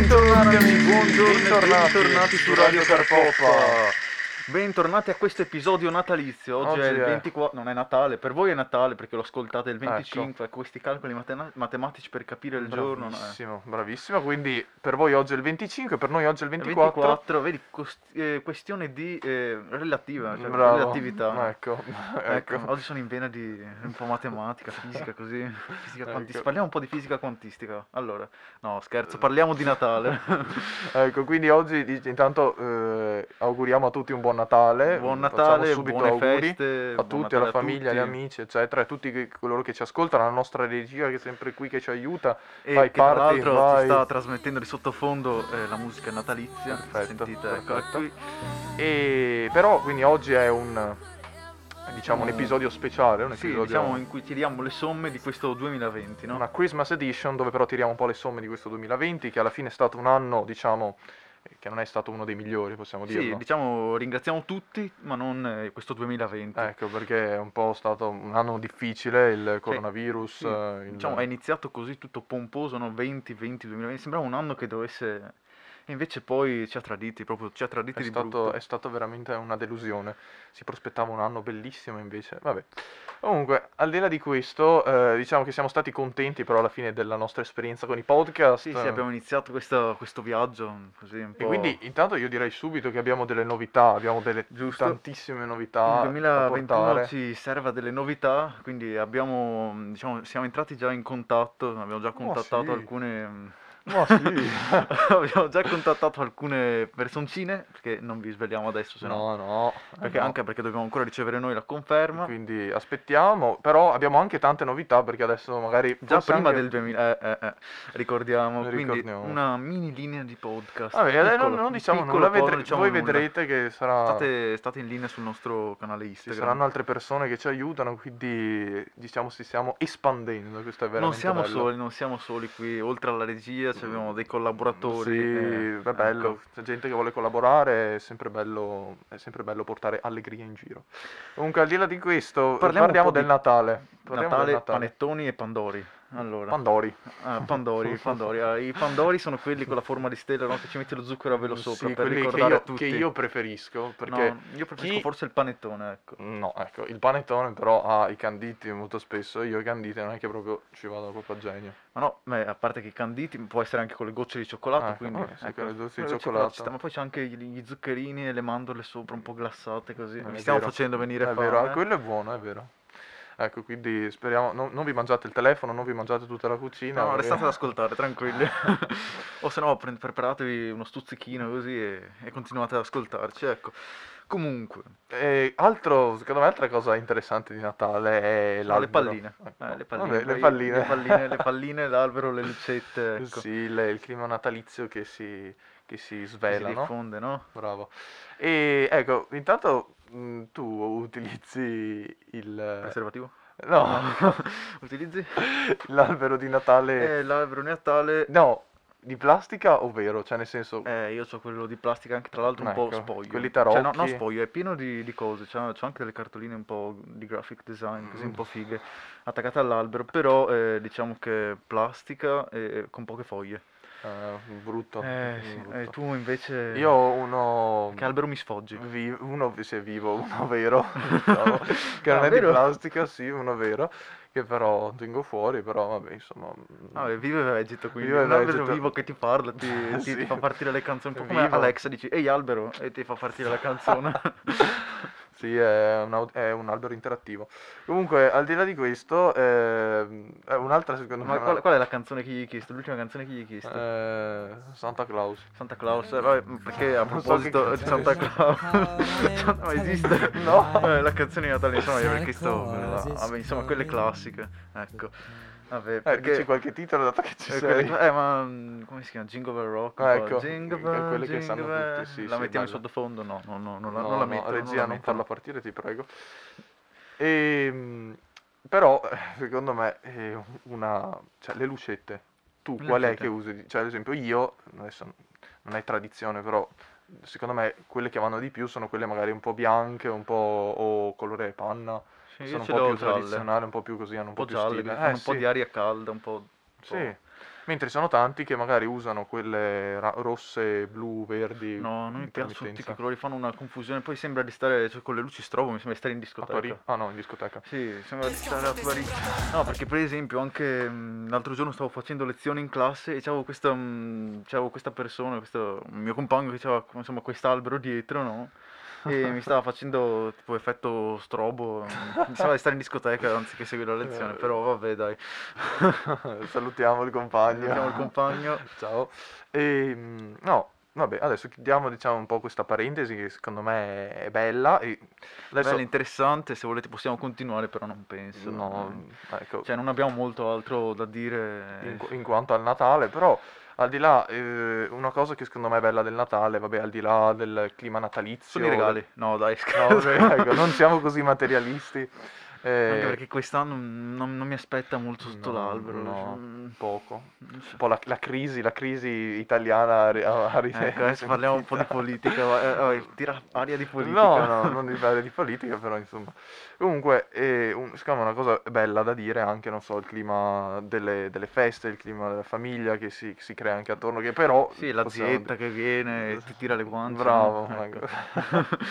Amici, buongiorno e Bentornati. bentornati su Radio Carpoppa. Bentornati a questo episodio natalizio. Oggi, Oggi è il è- 24, non è Natale, per voi è Natale perché lo ascoltate il Ecco. 25, questi calcoli matena- matematici per capire il giorno. no? Eh. Bravissimo, bravissimo. Quindi per voi oggi è il 25, per noi oggi è il 24. 24, vedi, cost- eh, questione di eh, relativa, cioè Mm, Bravo. relatività. Ecco, Ecco, ecco. oggi sono in vena di un po' matematica, fisica, così. Fisica Ecco. quantistica. Parliamo un po' di fisica quantistica. Allora, no, Eh. scherzo, parliamo di Natale. Ecco, quindi oggi dic- intanto eh, auguriamo a tutti un buon Natale. Buon Facciamo Natale, subito buone auguri feste, A buon tutti, Natale alla a famiglia, agli tutti. amici, eccetera, a tutti che- coloro che ci ascoltano, alla nostra regia che è sempre qui che ci aiuta. E Vai, che tra parti, l'altro vai. ci sta trasmettendo di sottofondo eh, la musica natalizia. Perfetto, Sentite, ecco, perfetto. qui. E però quindi oggi è un diciamo un Mm. episodio speciale, un Sì, episodio diciamo in cui tiriamo le somme di questo 2020, no? una Christmas edition dove però tiriamo un po' le somme di questo 2020 che alla fine è stato un anno, diciamo, eh, che non è stato uno dei migliori, possiamo Sì, dirlo. diciamo ringraziamo tutti, ma non eh, questo 2020. Ecco, perché è un po' stato un anno difficile il coronavirus, Sì, eh, il- diciamo, è iniziato così tutto pomposo, no? 20, 20, 2020, sembrava un anno che dovesse... E invece poi ci ha traditi, proprio ci ha traditi è di stato, brutto. è stato veramente una delusione. Si prospettava un anno bellissimo invece. Vabbè. Comunque, al di là di questo, eh, diciamo che siamo stati contenti però alla fine della nostra esperienza con i podcast. Sì, sì, abbiamo iniziato questa- questo viaggio mm, così un po'... E quindi intanto io direi subito che abbiamo delle novità, abbiamo delle Giusto. tantissime novità Il da 2021 portare. ci serve a delle novità, quindi abbiamo, mh, diciamo, siamo entrati già in contatto, abbiamo già contattato Oh, sì. alcune... mh, Ma sì. abbiamo già contattato alcune personcine, perché non vi svegliamo adesso, se no... No, no, Eh, Perché, no. Anche perché dobbiamo ancora ricevere noi la conferma. Quindi aspettiamo, però abbiamo anche tante novità perché adesso magari... Già forse prima anche- del 2000, eh, eh, eh, ricordiamo, Lo quindi ricordiamo. una mini linea di podcast. Vabbè, adesso piccolo, non, non un diciamo piccolo nulla, po', non vedre- diciamo voi nulla. vedrete che sarà... State, state in linea sul nostro canale Ci Instagram. saranno altre persone che ci aiutano, quindi diciamo ci stiamo espandendo, questo è Non veramente siamo bello. soli, non siamo soli qui, oltre alla regia ci abbiamo dei collaboratori. eh, Sì, è bello, ecco. c'è gente che vuole collaborare, è sempre bello, è sempre bello portare allegria in giro. Comunque, al di là di questo, Parliamo un parliamo, po' del di- Natale. Parliamo Natale, del Natale. panettoni e pandori. Allora, Pandori. ah, pandori, pandori. Ah, I pandori sono quelli con la forma di stella, no? Che ci metti lo zucchero a velo sopra Sì, per quelli che ricordare io, a tutti. che io preferisco, perché... No, io preferisco chi- forse il panettone, ecco. No, ecco, il panettone però ha i canditi molto spesso, io i canditi non è che proprio ci vado proprio a genio. Ma no, ma a parte che i canditi, può essere anche con le gocce di cioccolato, Ah, ecco, quindi... vabbè, sì, ecco, con le gocce di quello cioccolato. ci sta, Ma poi c'è anche gli, gli zuccherini e le mandorle sopra un po' glassate così. Non Mi è stiamo vero. facendo venire È fame. vero, ah, quello è buono, è vero. Ecco, quindi speriamo, non, non vi mangiate il telefono, non vi mangiate tutta la cucina. No, perché- restate ad ascoltare, tranquilli. o se no, pre- preparatevi uno stuzzichino così e, e continuate ad ascoltarci, ecco. Comunque, E altro, secondo me, altra cosa interessante di Natale è no, le l'albero. palline. Ecco. Eh, le palline, Vabbè, le poi- palline. Le palline, le palline, l'albero, le lucette, ecco. Sì, il, il clima natalizio che si, che si che si svela, no? diffonde, no? Bravo. E ecco, intanto mh, tu utilizzi il... Preservativo? Eh. No, Utilizzi? l'albero di Natale... Eh, l'albero di Natale... No, di plastica o vero? Cioè, nel senso... Eh, io ho quello di plastica anche tra l'altro un po' Ecco, spoglio. quelli Cioè, no, non tarocchi. spoglio, è pieno di, di cose. C'ho, c'ho anche delle cartoline un po' di graphic design, così un po' fighe, attaccate all'albero. Però eh, diciamo che plastica e con poche foglie. eh, brutto. Eh, sì, brutto. eh, tu invece... Io ho uno... Mm. Che albero mi sfoggi? Vi- uno se è vivo, uno vero, diciamo, che non Ah, è di vero? plastica, sì, uno vero, che però tengo fuori, però vabbè, insomma... mm. Ah, è vivo e vegeto, quindi Vivo e un albero vegeto. vivo che ti parla, ti, ti- Sì. ti fa partire le canzoni, un po' come Vivo. Alexa, dici, ehi albero, e ti fa partire la canzone. Sì, è un, au- è un albero interattivo. Comunque, al di là di questo, ehm, è un'altra secondo Ma me... qual, qual è la canzone che gli hai chiesto? L'ultima canzone che gli hai chiesto? eh, Santa Claus. Santa Claus, eh, vabbè, perché a Non so proposito che di Santa Claus, Santa- ma esiste? No. Eh, la canzone di Natale, insomma, io avrei chiesto quella, vabbè, insomma, quelle classiche, ecco, vabbè, Eh, dici perché... qualche titolo dato che ci eh, sei. quelle- eh, ma mm, come si chiama? Jingle Bell Rock? Ah, un po', ecco, Jingle eh, Bell, quelle che Jingle sanno Bell. tutti, sì, La sì, mettiamo in bella. sottofondo? No, no, no, non la, No, non la no, mettono, regia, la non mettono. farla partire, ti prego. Ehm, però, secondo me, eh, una... cioè, le lucette, tu Le qual è lucette. che usi? Cioè, ad esempio, io, adesso non è tradizione, però, secondo me, quelle che vanno di più sono quelle magari un po' bianche, un po' o colore panna, Sì, io sono un ce po' l'ho più gialle, tradizionale, un po' più così, hanno un un po' po' più gialle, che stile. fanno Eh, un po' sì, di aria calda, un po'... un po'. sì. Mentre ci sono tanti che magari usano quelle ra- rosse, blu, verdi. No, non mi di piacciono tutti permittenza. che colori fanno una confusione. Poi sembra di stare cioè, con le luci strobo, mi sembra di stare in A discoteca. Parigi? Ah no, in discoteca. Sì, sembra di stare a Parigi. No, perché per esempio anche mh, l'altro giorno stavo facendo lezione in classe e c'avevo questa, mh, c'avevo questa persona, questo mio compagno che aveva insomma quest'albero dietro, no? E mi stava facendo tipo effetto strobo, mh, mi sembrava di stare in discoteca anziché seguire la lezione, Eh. però vabbè dai. Salutiamo il compagno. Salutiamo il compagno. Ciao. E, mm, no, vabbè, adesso chiudiamo diciamo un po' questa parentesi che secondo me è bella. E adesso... Bello, interessante, se volete possiamo continuare, però non penso. No, ecco, Cioè non abbiamo molto altro da dire. in, in quanto al Natale, però al di là, eh, una cosa che secondo me è bella del Natale, vabbè, al di là del clima natalizio... Sono i regali. No, dai, No, scherzo. vabbè, ecco, non siamo così materialisti. eh, Anche perché quest'anno non, non mi aspetta molto sotto No, l'albero. no, cioè, mm, poco. non so. Un po' la, la crisi, la crisi italiana ri- ha- ha ri- Ecco, adesso parliamo un po' di politica. va- eh, vai, tira aria di politica. No, no, non di parlare di politica, però insomma. Comunque, è un- secondo me una cosa bella da dire è anche, non so, il clima delle, delle feste, il clima della famiglia che si, che si crea anche attorno, che però... Sì, la possiamo- zietta che viene e ti tira le guance. Bravo, no? ecco. Ecco.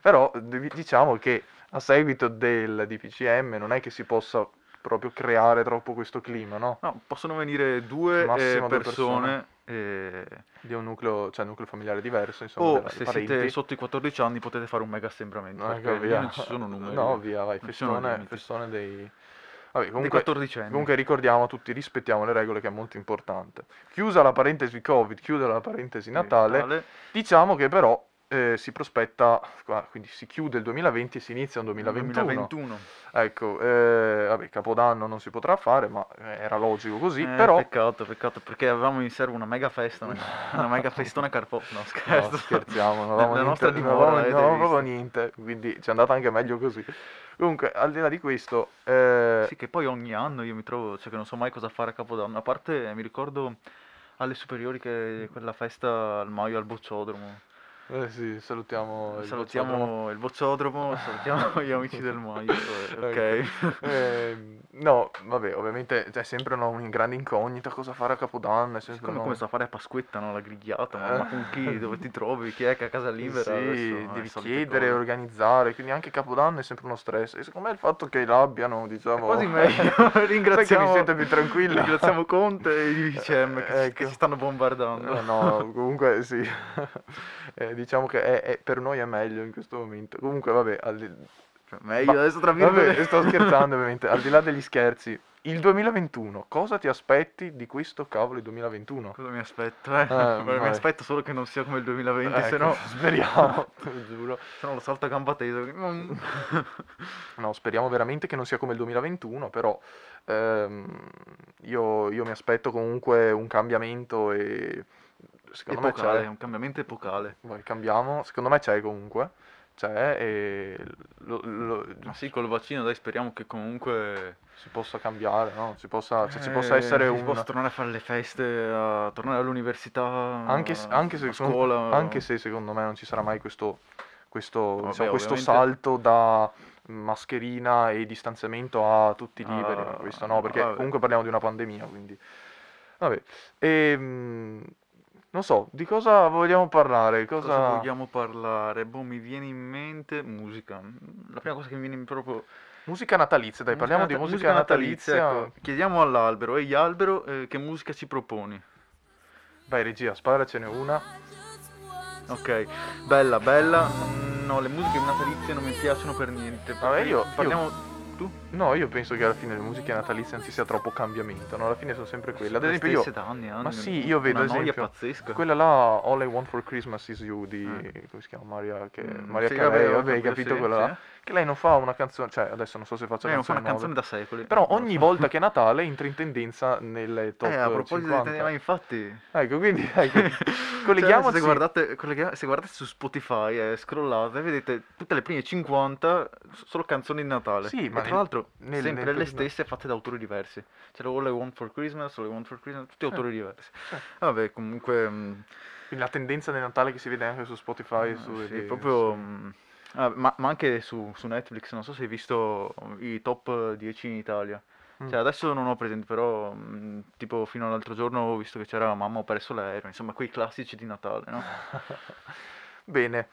però devi- diciamo che a seguito del DPCM non è che si possa proprio creare troppo questo clima, no? No, possono venire due eh, Massimo due persone. eh, Di un nucleo, cioè un nucleo familiare diverso, insomma, o della- Oh, se parenti. siete sotto i 14 anni potete fare un mega assembramento. No, perché ecco, via. non ci sono numeri. No, via, vai, Non ci sono festone, limiti. festone dei... Vabbè, Dei comunque, 14 anni. comunque ricordiamo a tutti, rispettiamo le regole che è molto importante. Chiusa la parentesi Covid, chiusa la parentesi Natale, diciamo che però eh, si prospetta, qua, quindi si chiude il 2020 e si inizia un 2021. 2021. Ecco, eh, vabbè, Capodanno non si potrà fare, ma eh, era logico così, Eh, però... Peccato, peccato, perché avevamo in serbo una mega festa, una, una mega festona carpo... No, No, scherzo. scherziamo, non Nella avevamo niente, nostra non dimora, eh, avevamo- avete non avevamo visto. proprio niente, quindi ci è andata anche meglio così. Comunque, al di là di questo, eh, Sì, che poi ogni anno io mi trovo, cioè che non so mai cosa fare a Capodanno, a parte eh, mi ricordo alle superiori che quella festa al Maio al Bocciodromo. eh sì, salutiamo Oh, il bocciodromo. salutiamo il Bocciodromo, salutiamo gli amici del Maio. eh, Ecco. Ok. Ehm, no, vabbè, ovviamente c'è sempre una, un grande incognita cosa fare a Capodanno, è sempre Siccome una- come sta a fare a Pasquetta, no? La grigliata, ma, Eh. ma con chi, dove ti trovi, chi è che è a casa libera Sì, adesso? Eh, devi solite chiedere, cose. organizzare, quindi anche Capodanno è sempre uno stress. E secondo me il fatto che l'abbiano, diciamo... Quasi meglio, Sai che mi ringraziamo, sento più tranquillo. Eh, ringraziamo Conte e i DCM che, ci- che Ecco. ci stanno bombardando. Eh, no, comunque sì, Eh, diciamo che è- è- per noi è meglio in questo momento. Comunque, vabbè, al di- Cioè, meglio Ma- adesso tra vabbè, virgolette. sto scherzando ovviamente, al di là degli scherzi, il 2021, cosa ti aspetti di questo cavolo di 2021? Cosa mi aspetto? eh? Guarda, mi vai. aspetto solo che non sia come il 2020, se Ecco, no speriamo, te lo giuro. se no lo salto a gamba tesa. Mm. No, speriamo veramente che non sia come il 2021, però ehm, io, io mi aspetto comunque un cambiamento e secondo me Epocale, c'è. un cambiamento epocale. Vai, cambiamo, secondo me c'è comunque, c'è e lo- lo- Ma sì, col vaccino dai speriamo che comunque si possa cambiare, no? Si possa, cioè, ci eh, possa essere si un... possa tornare a fare le feste, a tornare all'università, anche, se- anche se, Ehm, a secondo- scuola. eh. anche se secondo me non ci sarà mai questo, questo, Vabbè, diciamo, questo ovviamente. salto da mascherina e distanziamento a tutti liberi, Ah, questo no, perché vabbè. comunque parliamo di una pandemia, quindi... Vabbè, Ehm, non so, di cosa vogliamo parlare? Cosa... Cosa vogliamo parlare? Boh, mi viene in mente musica. La prima cosa che mi viene in proprio... Musica natalizia, dai, parliamo di nata- musica, natalizia. ecco. Chiediamo all'albero, ehi albero, eh, che musica ci proponi? Vai regia, sparacene una. Ok, bella, bella. Mm, No, le musiche natalizie non mi piacciono per niente. Vabbè, Perché io- Parliamo... Tu? No, io penso che alla fine le musiche natalizie non ci sia troppo cambiamento, no? Alla fine sono sempre quelle. Ad Le esempio stesse io, da anni, e anni, ma sì, io vedo, eh, Una ad noia esempio, pazzesca. quella là, All I Want For Christmas Is You di, Eh. come si chiama, Maria, che, Mm, Maria sì, Carey, ho vabbè, hai capito sì, quella sì. là? Che lei non fa una canzone, cioè adesso non so se faccia Eh, non fa una canzoni canzone da nuove, secoli. Però Non lo ogni so. volta che è Natale entra in tendenza nelle top Eh, a proposito di 50. tema, infatti... Ecco, quindi, ecco, Colleghiamoci. colleghiamoci... se, guardate, collega- se guardate su Spotify e scrollate, vedete tutte le prime 50 s- solo canzoni di Natale. Sì, E ma tra nel- l'altro nel- sempre nel- le stesse fatte da autori diversi. C'era All I Want for Christmas, All I Want for Christmas, Eh. tutti autori diversi. Vabbè, comunque... mm, mh, Quindi la tendenza del Natale che si vede anche su Spotify, eh, su... sì, e- proprio... mm, mh, ah, ma, ma anche su, su Netflix, non so se hai visto i top 10 in Italia. Mm. Cioè, adesso non ho presente, però mh, tipo fino all'altro giorno ho visto che c'era mamma ho perso l'aereo, insomma quei classici di Natale, no? Bene,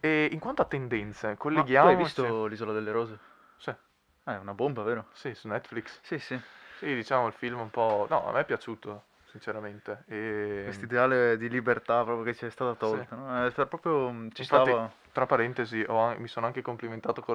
e in quanto a tendenze, Ma tu colleghiamo... hai visto l'Isola delle Rose? Sì, Eh, è una bomba, vero? sì, su Netflix. Sì, sì. Sì, diciamo il film un po'... No, a me è piaciuto, sinceramente. E... Questo ideale di libertà proprio che ci è stata tolta, no? Eh, per- proprio mh, ci Infatti, stava... Tra parentesi, ho an- mi sono anche complimentato con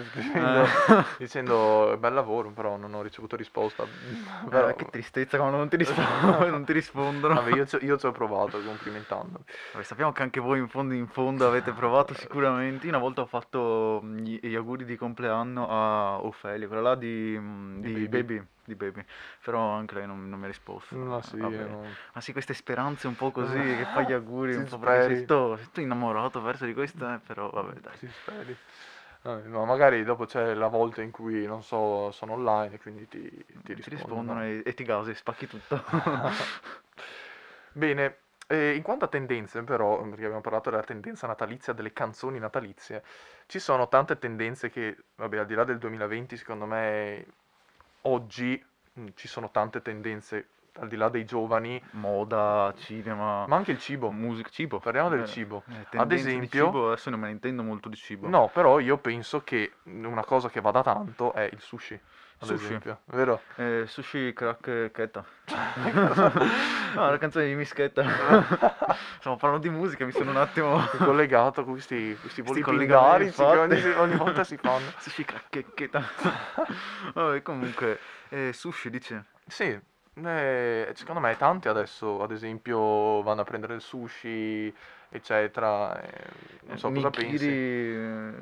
eh, scrivendo- Eh. dicendo bel lavoro, però non ho ricevuto risposta. Eh, Però- che tristezza quando non ti, rispondo- non ti rispondono. Vabbè, io, ci- io ci ho provato complimentandomi. Vabbè, sappiamo che anche voi in fondo in fondo avete provato sicuramente. Io una volta ho fatto mm, gli, gli auguri di compleanno a Ofelia, quella là di, mm, Di di Baby. Baby, di Baby. Però anche lei non, non mi ha risposto. No, sì, Vabbè. io non- Ma sì, queste speranze un po' così, che fai gli auguri Ti un po' perché speri. sei sto, sei tutto innamorato verso di questa, eh, però vabbè dai. Ti speri. No, no, magari dopo c'è la volta in cui, non so, sono online e quindi ti, ti Ti rispondono. rispondono e, e ti gasi, spacchi tutto. Bene, eh, in quanto a tendenze però, perché abbiamo parlato della tendenza natalizia, delle canzoni natalizie, ci sono tante tendenze che, vabbè, al di là del 2020, secondo me oggi mh, ci sono tante tendenze, al di là dei giovani, Moda, cinema, ma anche il cibo. musica, cibo. Parliamo del Eh, cibo. eh, tendenze di esempio- cibo, adesso non me ne intendo molto di cibo. No, però io penso che una cosa che vada tanto è il sushi, ad Sushi. esempio, vero? Eh, sushi crack eh, chetta. no, la canzone di Mischetta. Stiamo parlando di musica, mi sono un attimo. collegato con questi, questi voli collegamenti, pindarici che ogni, infatti. ogni volta si fanno. sushi crack chetta. Vabbè, comunque, eh, sushi dice. Sì, eh, secondo me tanti adesso, ad esempio, vanno a prendere il sushi, eccetera. eh, non so cosa Nigiri, pensi.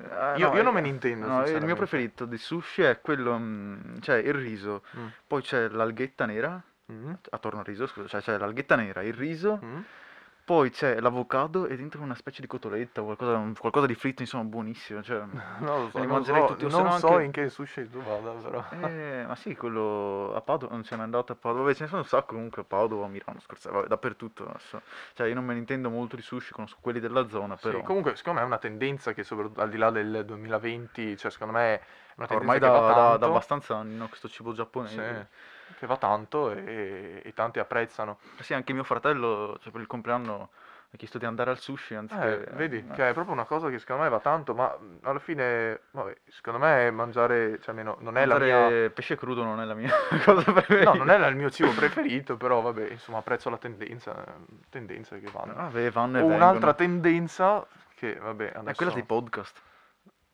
eh, ah, Io- no, io non eh, me ne intendo, no, il mio sinceramente. preferito di sushi è quello, mm, cioè il riso, Mm. poi c'è l'alghetta nera, Mm, attorno al riso, scusa, cioè c'è l'alghetta nera, il riso, mm. poi c'è l'avocado e dentro una specie di cotoletta, qualcosa, qualcosa di fritto, insomma, buonissimo, cioè... Non lo so, Li non mangerei so, tutti, o se non no so anche- in che sushi tu vada, però. Eh, ma sì, quello a Padova non ce n'è andato a Padova, Vabbè, ce ne sono un sacco comunque a Padova, a Milano, scherzavo, vabbè, dappertutto adesso. Cioè, io non me ne intendo molto di sushi, conosco quelli della zona, Sì, però comunque, secondo me è una tendenza che, soprattutto al di là del 2020, cioè, secondo me è una tendenza ormai che da, va da- da tanto. abbastanza anni, no, questo cibo giapponese. Sì, che va tanto e, e tanti apprezzano. Sì. anche mio fratello, cioè, per il compleanno ha chiesto di andare al sushi anziché... Eh, vedi, eh. che è proprio una cosa che secondo me va tanto, ma mh, alla fine, vabbè, secondo me mangiare, cioè almeno non è la mia... Mangiare pesce crudo non è la mia cosa preferita. No, non è la- il mio cibo preferito, però vabbè, insomma, apprezzo la tendenza, eh, tendenze che vanno. Vabbè, vanno e O un'altra vengono. tendenza che, vabbè, adesso... È quella dei podcast.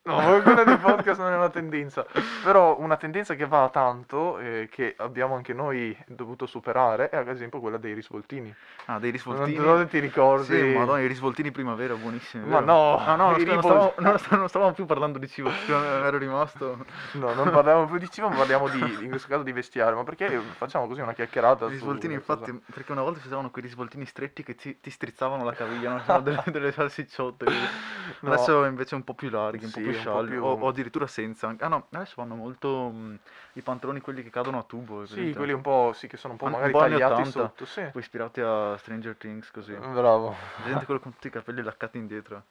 No, quella dei podcast non è una tendenza, però una tendenza che va tanto, eh, che abbiamo anche noi dovuto superare, è ad esempio quella dei risvoltini. Ah, dei Non, risvoltini. non ti ricordi? Sì, madonna, i risvoltini primavera, buonissimi. Ma vero? no, no, no, scusa, i non, ribol- stavamo, non sta- non stavamo più parlando di cibo, scusa, ero rimasto. No, non parliamo più di cibo, ma parliamo di, in questo caso di vestiario, ma perché facciamo così una chiacchierata? I risvoltini, su cosa- infatti, perché una volta si usavano quei risvoltini stretti che ti, ti strizzavano la caviglia, no? C'erano delle, delle salsicciotte. così. No. Adesso invece un po' più larghi, un Sì, po' un più po' scialli, più- O, o addirittura senza. anche- Ah no, adesso vanno molto mh, i pantaloni quelli che cadono a tubo. hai Sì, presente? quelli un po', sì, che sono un po' Un- un magari po' anni tagliati 80. sotto, sì. Poi ispirati a Stranger Things, così. Hai Bravo. presente quello con tutti i capelli laccati indietro.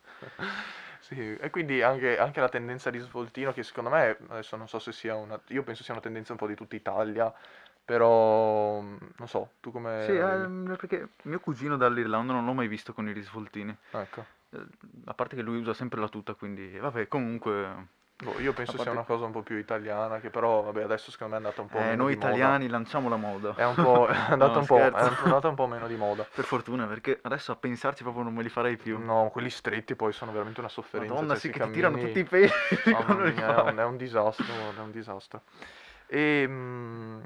Sì, e quindi anche, anche la tendenza di svoltino, che secondo me, adesso non so se sia una... Io penso sia una tendenza un po' di tutta Italia, però mm, non so, tu come... Sì, la vedi? ehm, perché mio cugino dall'Irlanda non l'ho mai visto con i risvoltini. Ecco. Eh, A parte che lui usa sempre la tuta, quindi vabbè, comunque. Boh, io penso A sia parte- una cosa un po' più italiana, che però, vabbè, adesso secondo me è andata un po' eh, meno noi di moda. italiani lanciamo la moda. È, un po', è andata No, un po', è scherzo. andata un po' meno di moda. Per fortuna, perché adesso a pensarci proprio non me li farei più. No, quelli stretti poi sono veramente una sofferenza. Madonna, cioè, sì, se che ti tirano cammini- tutti i peli. Mamma quando li mia, è, un, fai. è un disastro, è un disastro. E, mm,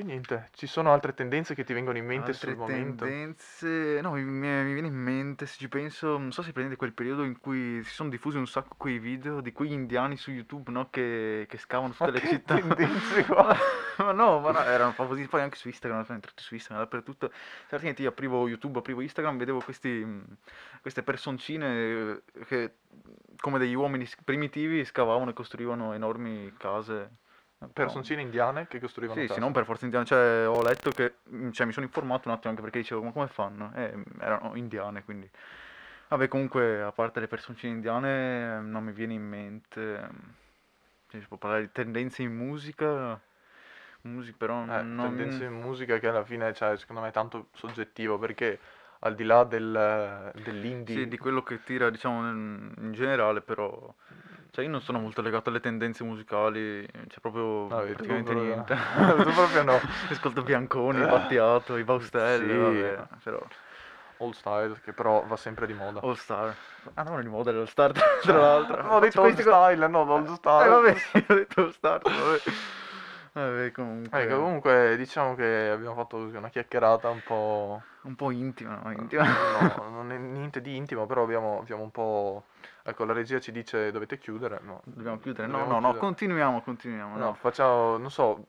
e niente, ci sono altre tendenze che ti vengono in mente Altre sul momento? tendenze. No, mi, mi- mi viene in mente, se ci penso, non so se prendete quel periodo in cui si sono diffusi un sacco quei video di quegli indiani su YouTube, no? Che, che scavano tutte Ma le che città. tendenze qua? ma no, ma no, erano proprio così. Poi anche su Instagram, sono entrato su Instagram dappertutto. Certo, niente, io aprivo YouTube, aprivo Instagram, vedevo questi, mh, queste personcine eh, che, come degli uomini s- primitivi, scavavano e costruivano enormi case. Personcine indiane che costruivano Sì, case. sì, non per forza indiane, cioè ho letto che, mh, cioè mi sono informato un attimo anche perché dicevo ma come fanno? Eh, mh, erano indiane quindi. Vabbè comunque a parte le personcine indiane eh, mm, non mi viene in mente, mh, cioè, si può parlare di tendenze in musica, music, però Eh, non... tendenze in musica che alla fine, cioè, secondo me è tanto soggettivo perché al di là del, dell'indie, Sì, di quello che tira, diciamo, nel- in generale, però... Cioè, io non sono molto legato alle tendenze musicali, c'è proprio No, vedi, tu praticamente proprio- niente. tu proprio no. Ascolto Bianconi, Battiato, i Baustelli, Sì. vabbè, però... old style, che però va sempre di moda. All Star. Ah, no, non di moda, era All Star, tra l'altro. Cioè, No, ho detto old Questi co- style, no, old style. Eh, vabbè, ho detto All Star, vabbè. Vabbè, comunque... Ecco, comunque diciamo che abbiamo fatto così una chiacchierata un po'... eh, Un po' intima, no? Intima. No, non è niente di intimo, però abbiamo, abbiamo un po'... Ecco, la regia ci dice dovete chiudere, no. Dobbiamo chiudere? No, Dobbiamo no, no, chiudere. continuiamo, continuiamo. No, No. facciamo, non so,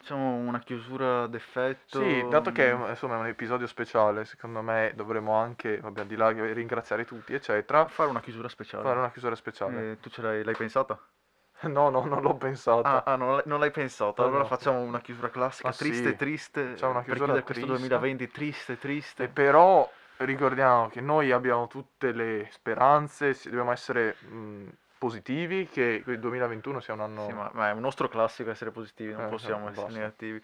Facciamo una chiusura d'effetto. sì, dato che mm, insomma è un episodio speciale, secondo me dovremmo anche, vabbè, al di là che ringraziare tutti, eccetera, Fare una chiusura speciale. fare una chiusura speciale. Eh, tu ce l'hai, l'hai pensata? No, no, non l'ho Ah, pensata. ah, non, l'hai, non l'hai pensata. Ah, allora no. facciamo una chiusura classica. Ma sì. triste, triste. Facciamo una per chiusura chiudere questo triste. 2020 triste, triste. E però ricordiamo che noi abbiamo tutte le speranze, si- dobbiamo essere mh, positivi, che il 2021 sia un anno... Sì, ma, ma è un nostro classico essere positivi, non Eh, possiamo esatto, essere basta. negativi.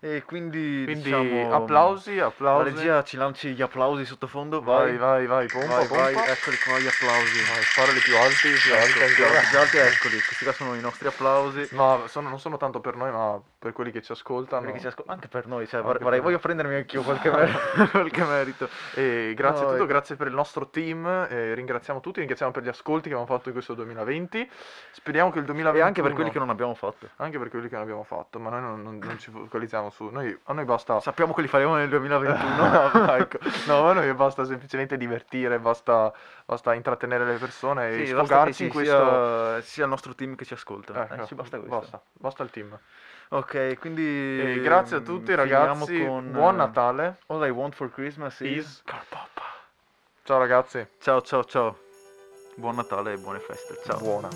E quindi, Quindi diciamo, applausi, La applausi. regia ci lanci gli applausi sottofondo. Vai, Vai, vai, vai, pompa, vai, pompa. vai, eh, eccoli qua gli applausi. Vai, fare le più alti, più alti Ecco, ancora. più eh, alti, eccoli, questi qua sono i nostri applausi. No, sono- non sono tanto per noi, ma per quelli che ci ascoltano. Perché ci ascol- anche per noi, cioè, Anche vorrei- vorrei- per noi. voglio prendermi anch'io qualche, mer- qualche merito. E grazie No, a eh. tutto, e- grazie per il nostro team, eh, ringraziamo tutti, ringraziamo per gli ascolti che abbiamo fatto in questo 2020. Speriamo che il 2021... E anche per quelli che non abbiamo fatto. Anche per quelli che non abbiamo fatto, ma noi non, non- non ci focalizziamo su... Noi, a noi basta... Sappiamo che li faremo nel 2021. no, ecco. No, a noi basta semplicemente divertire, basta, basta intrattenere le persone e Sì, basta che sfogarci ci in questo... Sia, sia il nostro team che ci ascolta. Ecco, Eh, ci basta questo. basta, basta il team. Ok, quindi... E grazie a tutti mm, ragazzi, finiamo con, buon eh, Natale. All I want for Christmas is... Is- Ciao ragazzi, Ciao, ciao, ciao. Buon Natale e buone feste. Ciao. buona.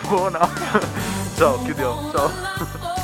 Buona. ciao, chiudiamo. Ciao. Ciao.